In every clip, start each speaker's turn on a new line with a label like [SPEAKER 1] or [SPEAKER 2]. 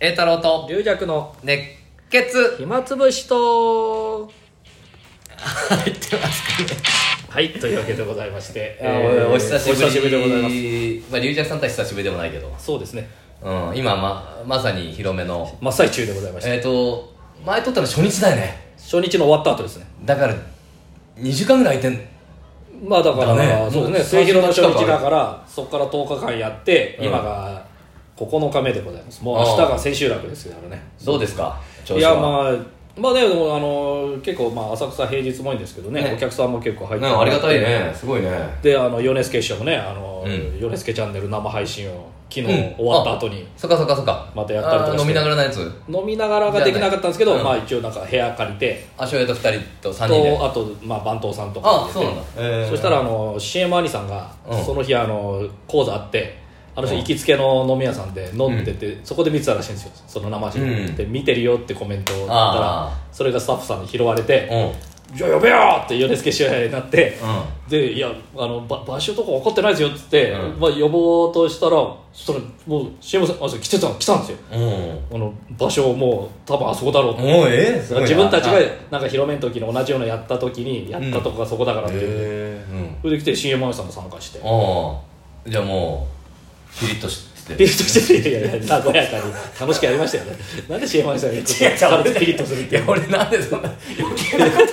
[SPEAKER 1] 栄太郎と
[SPEAKER 2] 龍尺の
[SPEAKER 1] 熱血
[SPEAKER 2] 暇つぶしと
[SPEAKER 1] 入ってますかね
[SPEAKER 2] はいというわけでございまして、
[SPEAKER 1] あおお久しぶり
[SPEAKER 2] おでございます
[SPEAKER 1] まあ龍雀さんとは久しぶりでもないけど、
[SPEAKER 2] すそうですね
[SPEAKER 1] うん、今ままさに広めの
[SPEAKER 2] 真っ最中でございまして
[SPEAKER 1] えっ、と前撮ったの初日だよね
[SPEAKER 2] 初日の終わった後ですね
[SPEAKER 1] だから2時間ぐらい空いてん
[SPEAKER 2] まあだから
[SPEAKER 1] だね
[SPEAKER 2] そ
[SPEAKER 1] も
[SPEAKER 2] うですね
[SPEAKER 1] う
[SPEAKER 2] 末広の初
[SPEAKER 1] 三週
[SPEAKER 2] 日
[SPEAKER 1] 間
[SPEAKER 2] だからそこから10日間やって、
[SPEAKER 1] うん
[SPEAKER 2] 今が9日目でございますもう明日が千秋楽ですよね
[SPEAKER 1] どうですか調
[SPEAKER 2] い
[SPEAKER 1] 子
[SPEAKER 2] や
[SPEAKER 1] は
[SPEAKER 2] まあまあね、でもあの結構まあ浅草平日も多いんですけどね
[SPEAKER 1] ね
[SPEAKER 2] お客さんも結構入って
[SPEAKER 1] ね、
[SPEAKER 2] もら
[SPEAKER 1] あ
[SPEAKER 2] っ
[SPEAKER 1] り
[SPEAKER 2] て
[SPEAKER 1] がたいねすごいね
[SPEAKER 2] であの米助師匠もねあの、
[SPEAKER 1] うん
[SPEAKER 2] 米助チャンネル生配信を昨日
[SPEAKER 1] うん
[SPEAKER 2] 終わった後に、
[SPEAKER 1] そっかそっかそっか
[SPEAKER 2] またやったりとか
[SPEAKER 1] あ
[SPEAKER 2] し
[SPEAKER 1] ー
[SPEAKER 2] て
[SPEAKER 1] 飲みながらのやつ
[SPEAKER 2] 飲みながらができなかったんですけど、
[SPEAKER 1] じゃあね
[SPEAKER 2] まあ一応なんか部屋借りて
[SPEAKER 1] あしょうやと2人と3人で
[SPEAKER 2] とあと、まあ、番頭さんとか
[SPEAKER 1] あ
[SPEAKER 2] 入れて
[SPEAKER 1] そうなんだ、えー
[SPEAKER 2] そしたらあの CM 兄さんが、
[SPEAKER 1] うん
[SPEAKER 2] その日あの講座あってあの人
[SPEAKER 1] うん
[SPEAKER 2] 行きつけの飲み屋さんで飲んでて、そこで見てたらしいんですよその生配信、
[SPEAKER 1] うん
[SPEAKER 2] で見てるよってコメントを言った
[SPEAKER 1] あ
[SPEAKER 2] らそれがスタッフさんに拾われて
[SPEAKER 1] うん
[SPEAKER 2] 「じゃあ呼べよ!」って米助師匠になって、
[SPEAKER 1] うん
[SPEAKER 2] でいやあのば場所とか分かってないですよっつって、
[SPEAKER 1] うん
[SPEAKER 2] まあ、呼ぼうとしたらそしたらもう CM さんあそう来てたの来たんですよ
[SPEAKER 1] うん
[SPEAKER 2] あの場所をもう多分あそこだろうって
[SPEAKER 1] もうええすごいな
[SPEAKER 2] 自分たちが
[SPEAKER 1] あ
[SPEAKER 2] なんか広めん時の同じようなやった時にやったとこがそこだからって、
[SPEAKER 1] へえうん
[SPEAKER 2] それで来て CM さんも参加して
[SPEAKER 1] ああじゃあもうピリッとして
[SPEAKER 2] ピリッとしてるいやいや和やかに楽しくやりましたよ ねなんで CM さんが
[SPEAKER 1] 俺
[SPEAKER 2] ピリッとするって
[SPEAKER 1] いや俺なんでそんな余計なことに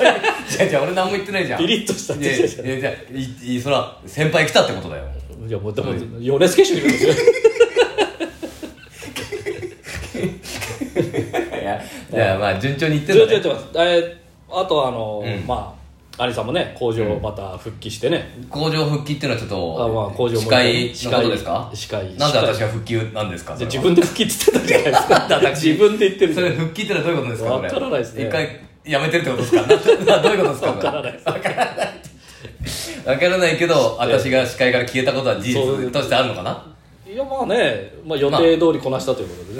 [SPEAKER 1] じゃじゃ俺何も言ってないじゃん
[SPEAKER 2] ピリッとしたって言ってたじゃん
[SPEAKER 1] いやいやいいいそら先輩来たってことだよ
[SPEAKER 2] いやもうでも米助手いるんですよ
[SPEAKER 1] いやいやまあ順調にいって
[SPEAKER 2] ず
[SPEAKER 1] る
[SPEAKER 2] っとやって
[SPEAKER 1] ね
[SPEAKER 2] ますえーあとあの、
[SPEAKER 1] うん
[SPEAKER 2] まあ兄さんもね工場また復帰してね、
[SPEAKER 1] 工場復帰っていうのはちょっ
[SPEAKER 2] あまあ
[SPEAKER 1] と
[SPEAKER 2] 工場も
[SPEAKER 1] 司会のことですか
[SPEAKER 2] 司会司会
[SPEAKER 1] なんで私が復帰なんですかそ
[SPEAKER 2] で
[SPEAKER 1] れは
[SPEAKER 2] 自分で復帰って言ってたじゃないで すか
[SPEAKER 1] 私
[SPEAKER 2] 自分で言ってる
[SPEAKER 1] それ復帰ってのはどういうことですか
[SPEAKER 2] わからないですね
[SPEAKER 1] 一回やめてるってことですかなどういうことですか
[SPEAKER 2] わからないです
[SPEAKER 1] わからないわからないけど私が視界から消えたことは事
[SPEAKER 2] そう
[SPEAKER 1] 実としてあるのかない
[SPEAKER 2] やまあね、まあ、予定通りこなしたということ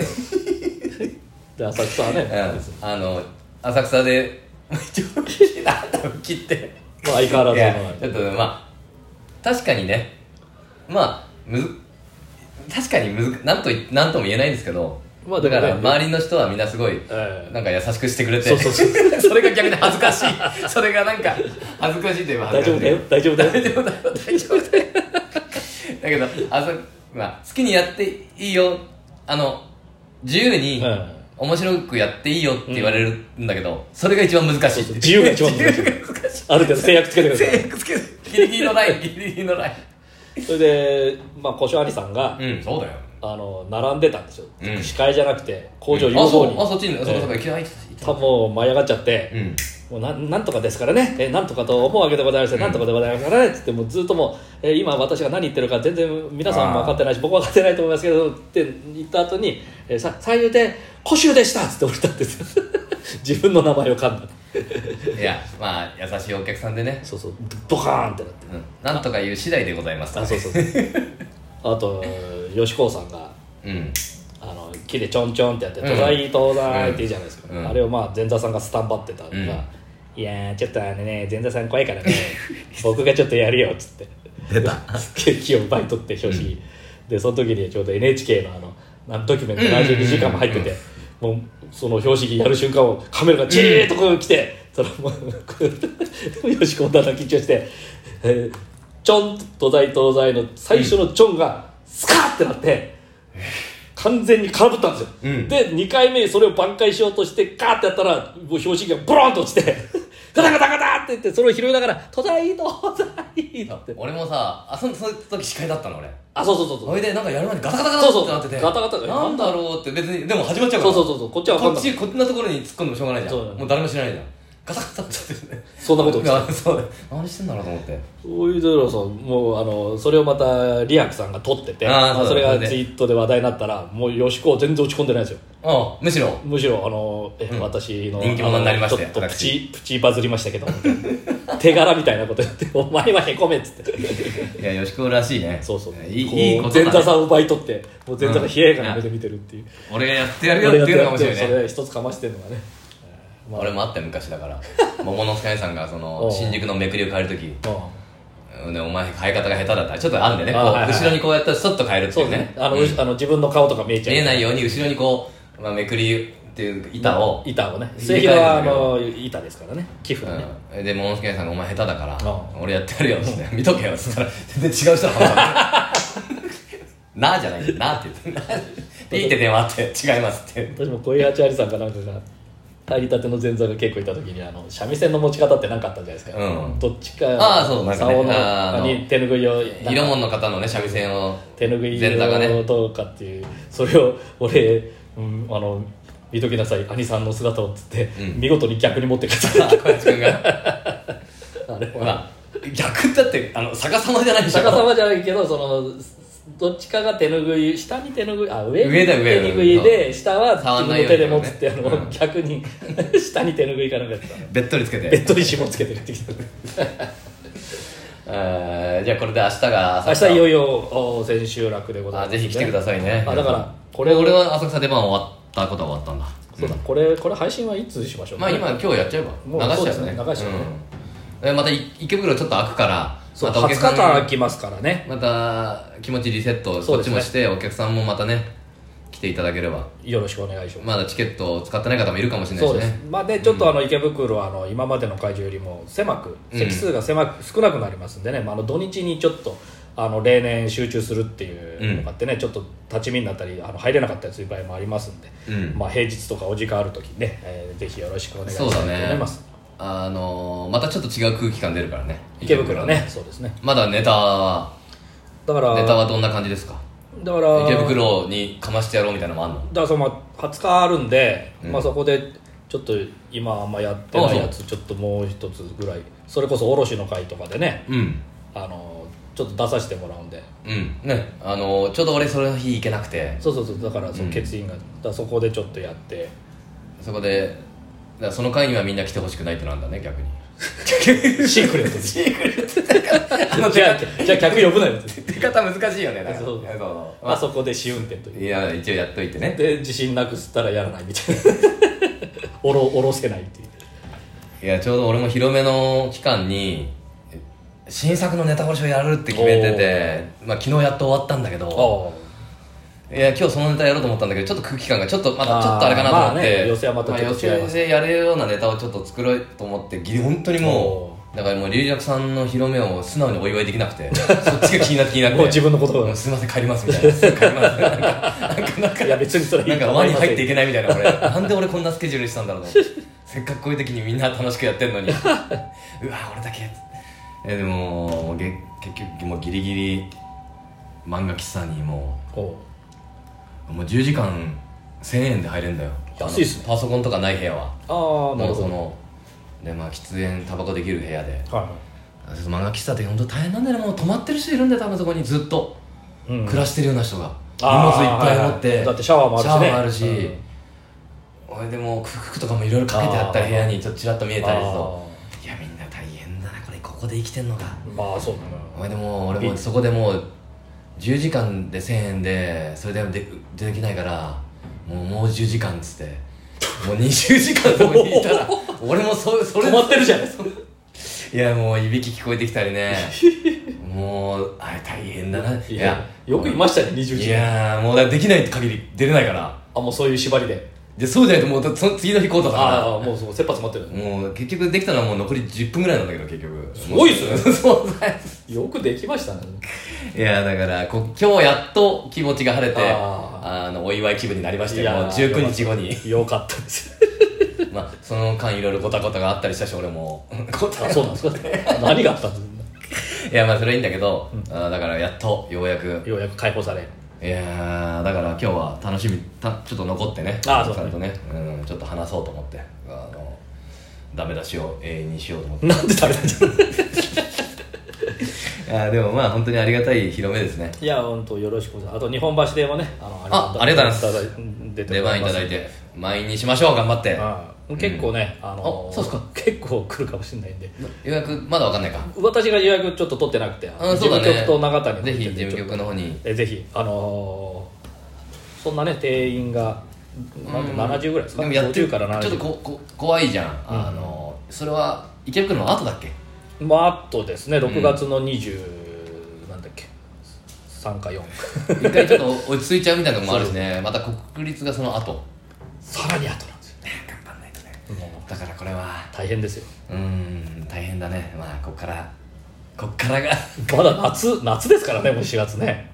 [SPEAKER 2] でね、で浅草はね、
[SPEAKER 1] うん
[SPEAKER 2] 別に
[SPEAKER 1] あの浅草で一応なんだ復帰って
[SPEAKER 2] まあ、相変わら
[SPEAKER 1] い
[SPEAKER 2] ず
[SPEAKER 1] や
[SPEAKER 2] の
[SPEAKER 1] ちょっとまあ確かにねまあむず確かにむずなんといなんとも言えないんですけど
[SPEAKER 2] まあ
[SPEAKER 1] だ
[SPEAKER 2] でも
[SPEAKER 1] か
[SPEAKER 2] ね
[SPEAKER 1] ら周りの人はみんなすごい
[SPEAKER 2] ええ
[SPEAKER 1] なんか優しくしてくれて
[SPEAKER 2] そうそう そ
[SPEAKER 1] それが逆に恥ずかしいそれがなんか恥ずかしいといえば
[SPEAKER 2] 大
[SPEAKER 1] 恥
[SPEAKER 2] 丈
[SPEAKER 1] ずかし
[SPEAKER 2] 夫だ
[SPEAKER 1] い
[SPEAKER 2] よ大丈夫だよ
[SPEAKER 1] 大丈夫だよ大丈夫だよだけどあそ、まあ、好きにやっていいよあの自由に
[SPEAKER 2] うん
[SPEAKER 1] 面白くやっていいよって言われるんだけど、それが一番難しいっていう
[SPEAKER 2] 自由が一番難しい
[SPEAKER 1] 自由が難 しい
[SPEAKER 2] ある程度制約つけてくださ
[SPEAKER 1] 制約つけるギリギリのラインギリギリのライ
[SPEAKER 2] いそれで、まあ、小正兄さんが、
[SPEAKER 1] ンうんそうだよ
[SPEAKER 2] あの並んでたんですよ、
[SPEAKER 1] うん
[SPEAKER 2] 司会じゃなくて工場誘
[SPEAKER 1] あ
[SPEAKER 2] 導
[SPEAKER 1] そうあ
[SPEAKER 2] に、
[SPEAKER 1] そっちにそうかそうか
[SPEAKER 2] え
[SPEAKER 1] 行きたい行
[SPEAKER 2] ー
[SPEAKER 1] き
[SPEAKER 2] 多
[SPEAKER 1] た
[SPEAKER 2] 分もう舞い上がっちゃって、
[SPEAKER 1] いうん
[SPEAKER 2] もうなんなんとかですからね、えーなんとかと思うわけでございまして、なんとかでございますからねっつって、もうずっともう、えー今、私が何言ってるか、全然皆さんも分かってないし、僕も分かってないと思いますけどって言った後に、えーさ三遊亭、古州でしたっつって降りたんです よ、自分の名前を噛んだ、
[SPEAKER 1] いやまあ優しいお客さんでね、
[SPEAKER 2] そうそう、ボカーンってなって、
[SPEAKER 1] うん、なんとか言う次第でございます
[SPEAKER 2] あそうそうそう あと、吉高さんが、
[SPEAKER 1] うん
[SPEAKER 2] あの木でちょんちょんってやって、
[SPEAKER 1] うん
[SPEAKER 2] 東大、東大って言うじゃないですか、
[SPEAKER 1] うん
[SPEAKER 2] あれをまあ前座さんがスタンバってたのが、
[SPEAKER 1] うん
[SPEAKER 2] いやー、ちょっとあのね、前座さん怖いからね、僕がちょっとやるよっつって。
[SPEAKER 1] 出た
[SPEAKER 2] ケーキを奪い取って表紙、でその時にちょうど NHK のあの何ドキュメント72時間も入ってて、もうその表紙やる瞬間をカメラがじーっとこう来て、そのもう よしこんだな緊張して、えー、ちょんと東西東西の最初のちょんがスカーってなって。完全に空振ったんですよ、
[SPEAKER 1] うん
[SPEAKER 2] で2回目それを挽回しようとしてガーってやったらもう表紙がボロンと落ちて ガタガタガタって言ってそれを拾いながら「東大東西」って
[SPEAKER 1] 俺もさあそのその時司会だったの俺
[SPEAKER 2] あそうそうそうそう
[SPEAKER 1] それでなんかやる前にガタガタガタってなってて
[SPEAKER 2] そうそうガタガタ
[SPEAKER 1] なんだろうって別にでも始まっちゃうか
[SPEAKER 2] そ
[SPEAKER 1] ら
[SPEAKER 2] うそうそうそうこっちは分かん
[SPEAKER 1] こ
[SPEAKER 2] な
[SPEAKER 1] っ
[SPEAKER 2] い
[SPEAKER 1] ちこんなところに突っ込んでもしょうがないじゃん
[SPEAKER 2] そうだね
[SPEAKER 1] もう誰も知らないじゃんガタガタってなっててね
[SPEAKER 2] そんなこと起きた
[SPEAKER 1] いやそうだよ何してんだろうと思って
[SPEAKER 2] そういうだろさもうあのそれをまたリアクさんが撮ってて
[SPEAKER 1] あー
[SPEAKER 2] まあ
[SPEAKER 1] そ
[SPEAKER 2] そうれ
[SPEAKER 1] だ
[SPEAKER 2] がツイートで話題になったらもう吉子全然落ち込んでないですよ
[SPEAKER 1] ああむしろ
[SPEAKER 2] むしろあのえ
[SPEAKER 1] ん
[SPEAKER 2] 私の
[SPEAKER 1] 人気者になりました
[SPEAKER 2] あ
[SPEAKER 1] よ
[SPEAKER 2] のちょっとプ
[SPEAKER 1] 私
[SPEAKER 2] チプチバズりましたけど手柄みたいな こと言って「お前はへこめ」っつって
[SPEAKER 1] いや、よしこらしいね。
[SPEAKER 2] そうそう
[SPEAKER 1] い
[SPEAKER 2] こう
[SPEAKER 1] い、いいこと
[SPEAKER 2] 前
[SPEAKER 1] だ、
[SPEAKER 2] 座
[SPEAKER 1] ね
[SPEAKER 2] さ。んを奪い取ってもう前座が冷ややかな目で見てるっていう
[SPEAKER 1] 俺がやってやるよっていうのかもしれな
[SPEAKER 2] 俺がやってる
[SPEAKER 1] いね。
[SPEAKER 2] それ一つかましてるのがねまあ
[SPEAKER 1] 俺もあったよ、昔だから。 桃之助さんが、その
[SPEAKER 2] お、う
[SPEAKER 1] 新宿のめくりを変えるとき、
[SPEAKER 2] うん
[SPEAKER 1] うんねお前、変え方が下手だったら、ちょっとあんでね、こう
[SPEAKER 2] あはいはい
[SPEAKER 1] 後ろにこうやったら、ちょっと変えるって
[SPEAKER 2] そ
[SPEAKER 1] いうう
[SPEAKER 2] ね
[SPEAKER 1] ね。
[SPEAKER 2] あの、
[SPEAKER 1] うん
[SPEAKER 2] あの自分の顔とか見えちゃう
[SPEAKER 1] 見えないように、後ろにこまあ、めくりっていう板を、
[SPEAKER 2] 板をね
[SPEAKER 1] 入れ替える
[SPEAKER 2] 末
[SPEAKER 1] んだけど
[SPEAKER 2] 広はあの板ですからね寄付のね、
[SPEAKER 1] うん、で、モノスケさんがお前下手だから
[SPEAKER 2] う、
[SPEAKER 1] 俺やってやるよっつ って、見とけよっつったら、全然違う人の話だった。 なあじゃないなあって言って、ピーって電話あって、違いますって。
[SPEAKER 2] 私も小井八有さんかなんかが入りたての前座が結構いた時にあの三味線の持ち方って何かあったじゃないですか、
[SPEAKER 1] うん
[SPEAKER 2] どっちか
[SPEAKER 1] ああそうなんかね
[SPEAKER 2] 竿の
[SPEAKER 1] あああの
[SPEAKER 2] に手拭いを
[SPEAKER 1] 色物の方のね、三味線を、
[SPEAKER 2] 手拭い
[SPEAKER 1] 前座がね
[SPEAKER 2] をどうかっていう、それを俺、うん、あの見ときなさい兄さんの姿をっつって、
[SPEAKER 1] うん
[SPEAKER 2] 見事に逆に持って帰っ
[SPEAKER 1] あ小林君 が、
[SPEAKER 2] たあれ
[SPEAKER 1] ほら、逆だって、あの、逆さまじゃないでしょ。
[SPEAKER 2] 逆さまじゃないけどそのどっちかが手拭い下に手拭いあ上に
[SPEAKER 1] 上だ上
[SPEAKER 2] 手拭いで下は
[SPEAKER 1] 触
[SPEAKER 2] 自
[SPEAKER 1] ん
[SPEAKER 2] 分の
[SPEAKER 1] ないよう
[SPEAKER 2] 手で
[SPEAKER 1] に
[SPEAKER 2] 持つってあの、
[SPEAKER 1] うん
[SPEAKER 2] 逆に下に手拭いかなんかやっ てた
[SPEAKER 1] べっとりつけ
[SPEAKER 2] ベ
[SPEAKER 1] て
[SPEAKER 2] ッ。ドに紐つけてるってきた
[SPEAKER 1] え ーじゃあこれで明日が
[SPEAKER 2] 明
[SPEAKER 1] 浅草
[SPEAKER 2] 日いよいよお千秋楽でござい
[SPEAKER 1] あ
[SPEAKER 2] ます、
[SPEAKER 1] ぜひ来てくださいね
[SPEAKER 2] あだから
[SPEAKER 1] こ
[SPEAKER 2] こ
[SPEAKER 1] れ
[SPEAKER 2] れ
[SPEAKER 1] 俺は浅草出番終わったことは終わったんだ
[SPEAKER 2] そうだこれこれ配信はいつしましょう
[SPEAKER 1] まあ今今日やっちゃえ
[SPEAKER 2] もう
[SPEAKER 1] ば流しちゃうね
[SPEAKER 2] そうですね流しちゃうね
[SPEAKER 1] うんでまたい池袋ちょっと開くから
[SPEAKER 2] そう
[SPEAKER 1] また
[SPEAKER 2] 20
[SPEAKER 1] お客
[SPEAKER 2] 日
[SPEAKER 1] さん
[SPEAKER 2] 間空きますからね
[SPEAKER 1] また気持ちリセット
[SPEAKER 2] そ
[SPEAKER 1] こ
[SPEAKER 2] う
[SPEAKER 1] っち
[SPEAKER 2] ですね
[SPEAKER 1] もしてお客さんもまたね来ていただければ
[SPEAKER 2] よろしくお願いします、
[SPEAKER 1] まだチケットを使ってない方もいるかもしれない
[SPEAKER 2] そ
[SPEAKER 1] し
[SPEAKER 2] うです
[SPEAKER 1] ね
[SPEAKER 2] まあでちょっとあの池袋はあの今までの会場よりも狭く
[SPEAKER 1] うん
[SPEAKER 2] 席数が狭く少なくなりますんでね、まあ、あの土日にちょっとあの例年集中するっていうのがあってね、ちょっと立ち見になったりあの入れなかったりする場合もありますんで、
[SPEAKER 1] うん
[SPEAKER 2] まあ、平日とかお時間ある時ね、えーぜひよろしくお願いした
[SPEAKER 1] そ
[SPEAKER 2] いうと
[SPEAKER 1] だ
[SPEAKER 2] 思い
[SPEAKER 1] ね
[SPEAKER 2] ます、
[SPEAKER 1] あのーまたちょっと違う空気感出るからね
[SPEAKER 2] 池袋ねそうですね
[SPEAKER 1] まだネタは
[SPEAKER 2] だから
[SPEAKER 1] ネタはどんな感じですか
[SPEAKER 2] だから
[SPEAKER 1] 池袋にかましてやろうみたいなのもあんの
[SPEAKER 2] だからそのまあ20日あるんで、
[SPEAKER 1] うん
[SPEAKER 2] まあ、そこでちょっと今あんまやってないやつちょっともう一つぐらいそれこそ卸の会とかでね
[SPEAKER 1] うん
[SPEAKER 2] あのちょっと出させてもらうんで
[SPEAKER 1] うんねあのちょうど俺その日行けなくて
[SPEAKER 2] そうそうそうだからそ
[SPEAKER 1] うん
[SPEAKER 2] の欠員が、だからそこでちょっとや って
[SPEAKER 1] そこでだからその会にはみんな来てほしくないってなんだね逆に
[SPEAKER 2] シークレットです
[SPEAKER 1] シークレットだからあの
[SPEAKER 2] じ
[SPEAKER 1] 出
[SPEAKER 2] ゃ
[SPEAKER 1] 方
[SPEAKER 2] あじゃあ客呼ぶなよって
[SPEAKER 1] 出方難しいよねだから
[SPEAKER 2] そう
[SPEAKER 1] いやそう
[SPEAKER 2] あそこで試運転という
[SPEAKER 1] いや一応やっといてね
[SPEAKER 2] で自信なくすったらやらないみたいな おろおろせないっていう
[SPEAKER 1] いやちょうど俺も広めの期間に新作のネタバレをやるって決めてて、まあ、昨日やっと終わったんだけど
[SPEAKER 2] ああ
[SPEAKER 1] いや今日そのネタやろうと思ったんだけどちょっと空気感がちょっとまだちょっとあれかなと思って、
[SPEAKER 2] あーまあね寄せはまたちょっと違います
[SPEAKER 1] 寄せでやれるようなネタをちょっと作ろうと思ってギリ本当にもうだからもう龍尺さんの広めを素直にお祝いできなく てそっちが気になって気になって
[SPEAKER 2] もう自分のこと
[SPEAKER 1] うんすいません帰りますみたいなすぐ帰りますみ たいななんかなんか
[SPEAKER 2] いや別にそれいい
[SPEAKER 1] なんか
[SPEAKER 2] と
[SPEAKER 1] 輪
[SPEAKER 2] 思い
[SPEAKER 1] に
[SPEAKER 2] ます
[SPEAKER 1] 入っていけないみたいな俺なんで俺こんなスケジュールしたんだろうと思ってせっかくこういう時にみんな楽しくやってんのに うわ俺だけえでももうげ結局もうギリギリ漫画喫茶にも
[SPEAKER 2] おう
[SPEAKER 1] うもう10時間1000円で入れんだよ
[SPEAKER 2] 安いっすね
[SPEAKER 1] あのパソコンとかない部屋は
[SPEAKER 2] ああな
[SPEAKER 1] も
[SPEAKER 2] る
[SPEAKER 1] うそ
[SPEAKER 2] ほど
[SPEAKER 1] のでまあ喫煙タバコできる部屋で
[SPEAKER 2] は
[SPEAKER 1] 漫画喫茶って本当大変なんだよねもう泊まってる人いるんだよ多分そこにずっと
[SPEAKER 2] い、うん
[SPEAKER 1] 暮らしてるような人が荷物
[SPEAKER 2] あー
[SPEAKER 1] いっぱい持って、
[SPEAKER 2] はいはいだってシャワーもあるし
[SPEAKER 1] シ
[SPEAKER 2] ね
[SPEAKER 1] ャワーもあるし、俺でもうクックとかもいろいろかけてあったり
[SPEAKER 2] あー
[SPEAKER 1] 部屋にちょっとちらっと見えたりと
[SPEAKER 2] あ
[SPEAKER 1] いやみんな大変だなこれここで生きてんのか
[SPEAKER 2] ーまあそうだ
[SPEAKER 1] お前
[SPEAKER 2] な
[SPEAKER 1] でも俺もそこでもう10時間で1000円でそれでもでできないからもうもう10時間っつってもう20時間そこにいた ら俺もそそれ
[SPEAKER 2] 止まってるじゃないですか
[SPEAKER 1] いやもういびき聞こえてきたり ねもうあれ大変だない
[SPEAKER 2] いやよくいましたね20
[SPEAKER 1] い
[SPEAKER 2] 時
[SPEAKER 1] やーもうだからできない限り出れないから
[SPEAKER 2] あもうそういう縛りで
[SPEAKER 1] でそうじゃないともうだその次の日コートだ
[SPEAKER 2] ああ
[SPEAKER 1] か
[SPEAKER 2] もうそう切羽詰まって
[SPEAKER 1] らもう結局できたのはもう残り10分ぐらいなんだけど結局す
[SPEAKER 2] ごいっすね
[SPEAKER 1] そうだね
[SPEAKER 2] るよくできましたね
[SPEAKER 1] いやだからこ今日やっと気持ちが晴れてあ
[SPEAKER 2] あ
[SPEAKER 1] のお祝い気分になりましたよ
[SPEAKER 2] いやー
[SPEAKER 1] もう19日後に
[SPEAKER 2] よかったです
[SPEAKER 1] まあその間いろいろごたごたがあったりしたし俺もごた
[SPEAKER 2] あそうなんですか何があったんです
[SPEAKER 1] いやまあそれはいいんだけど、あーだからやっとようやく
[SPEAKER 2] かようやく解放され
[SPEAKER 1] いやーだから今日は楽しみたちょっと残ってね
[SPEAKER 2] あーそう
[SPEAKER 1] ち
[SPEAKER 2] だ
[SPEAKER 1] ゃん
[SPEAKER 2] ね
[SPEAKER 1] とね、うん、ちょっと話そうと思ってあのダメ出しを永遠にしようと思って
[SPEAKER 2] なんで食べたんじ
[SPEAKER 1] あーでもまあ本当にありがたい広めですね
[SPEAKER 2] ゃいや本当よろしくお願いしますあと日本橋でもねあの
[SPEAKER 1] あありがとうございます
[SPEAKER 2] 出て
[SPEAKER 1] 出
[SPEAKER 2] もら
[SPEAKER 1] 番
[SPEAKER 2] い
[SPEAKER 1] い
[SPEAKER 2] ま
[SPEAKER 1] た
[SPEAKER 2] す
[SPEAKER 1] だいて満員にしましょう頑張って
[SPEAKER 2] ああ結構ね、あの
[SPEAKER 1] あそうっすか
[SPEAKER 2] 結構来るかもしれないんで
[SPEAKER 1] 予約まだわかんないか
[SPEAKER 2] 私が予約ちょっと取ってなくて
[SPEAKER 1] あそ
[SPEAKER 2] 事
[SPEAKER 1] うだ
[SPEAKER 2] 務
[SPEAKER 1] ね
[SPEAKER 2] 局と長谷の
[SPEAKER 1] ぜひ
[SPEAKER 2] ち
[SPEAKER 1] 事
[SPEAKER 2] ょっと
[SPEAKER 1] 務局の方に
[SPEAKER 2] えぜひあのーそんなね定員がな70ぐらいですか
[SPEAKER 1] でもやって
[SPEAKER 2] 50から
[SPEAKER 1] ちょっと
[SPEAKER 2] 70
[SPEAKER 1] ここ怖いじゃん、あのそれは池袋の後だっけ
[SPEAKER 2] まああとですね6月の20、なんだっけ3か4
[SPEAKER 1] 一回ちょっと落ち着いちゃうみたいなとこもあるしねまた国立がその後
[SPEAKER 2] さらに後なんですよ
[SPEAKER 1] 頑張んないとね
[SPEAKER 2] もう
[SPEAKER 1] だからこれは
[SPEAKER 2] 大変ですよ
[SPEAKER 1] うーん大変だねまあこっからこっからが
[SPEAKER 2] まだ夏夏ですからねもう4月ね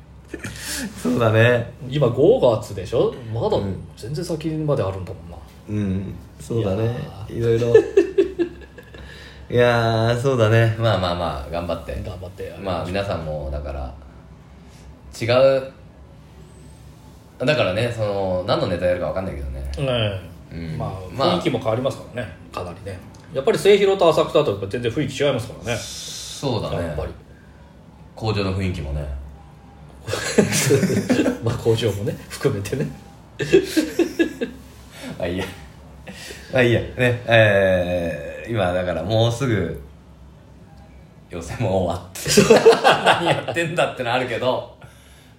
[SPEAKER 1] そうだね
[SPEAKER 2] 今5月でしょまだ
[SPEAKER 1] うん
[SPEAKER 2] 全然先まであるんだもんな、
[SPEAKER 1] うんそう
[SPEAKER 2] だね
[SPEAKER 1] いろいろいやーそうだねまあまあまあ頑張って
[SPEAKER 2] 頑張って
[SPEAKER 1] まあ皆さんもだから違うだからねその何のネタやるか分かんないけどね
[SPEAKER 2] うん
[SPEAKER 1] うん
[SPEAKER 2] まあ
[SPEAKER 1] まあ
[SPEAKER 2] 雰囲気も変わりますからねかなりねやっぱり末広と浅草とやっぱ全然雰囲気違いますからね
[SPEAKER 1] そうだね
[SPEAKER 2] やっぱり
[SPEAKER 1] 工場の雰囲気もね
[SPEAKER 2] まあ工場もね含めてね
[SPEAKER 1] あいいや あいいやねえー、今だからもうすぐ予選も終わって 何やってんだってのあるけど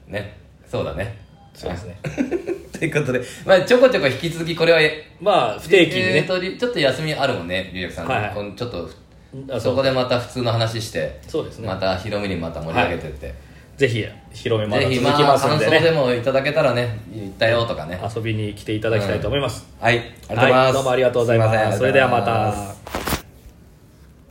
[SPEAKER 1] ねそうだね
[SPEAKER 2] そうですね
[SPEAKER 1] あということで、まあ、ちょこちょこ引き続きこれは
[SPEAKER 2] まあ不定期に
[SPEAKER 1] え
[SPEAKER 2] ね
[SPEAKER 1] ー、とりちょっと休みあるもんね龍薬さん、
[SPEAKER 2] はいはい
[SPEAKER 1] このちょっと
[SPEAKER 2] あ
[SPEAKER 1] そ
[SPEAKER 2] そ
[SPEAKER 1] こ
[SPEAKER 2] う
[SPEAKER 1] でまた普通の話して
[SPEAKER 2] そうですね
[SPEAKER 1] また広めにまた盛り上げてって、
[SPEAKER 2] ぜひ広めまだ
[SPEAKER 1] ぜ
[SPEAKER 2] 続
[SPEAKER 1] ひ
[SPEAKER 2] き
[SPEAKER 1] ま
[SPEAKER 2] ま
[SPEAKER 1] あ
[SPEAKER 2] すん
[SPEAKER 1] 感
[SPEAKER 2] で
[SPEAKER 1] 想で
[SPEAKER 2] ね
[SPEAKER 1] もいただけたらね行ったよとかね
[SPEAKER 2] 遊びに来ていただきたいと思います、
[SPEAKER 1] はいありがとうございます、
[SPEAKER 2] はいどうもありがとうございます
[SPEAKER 1] せん
[SPEAKER 2] それではま
[SPEAKER 1] ありがとうございす
[SPEAKER 2] た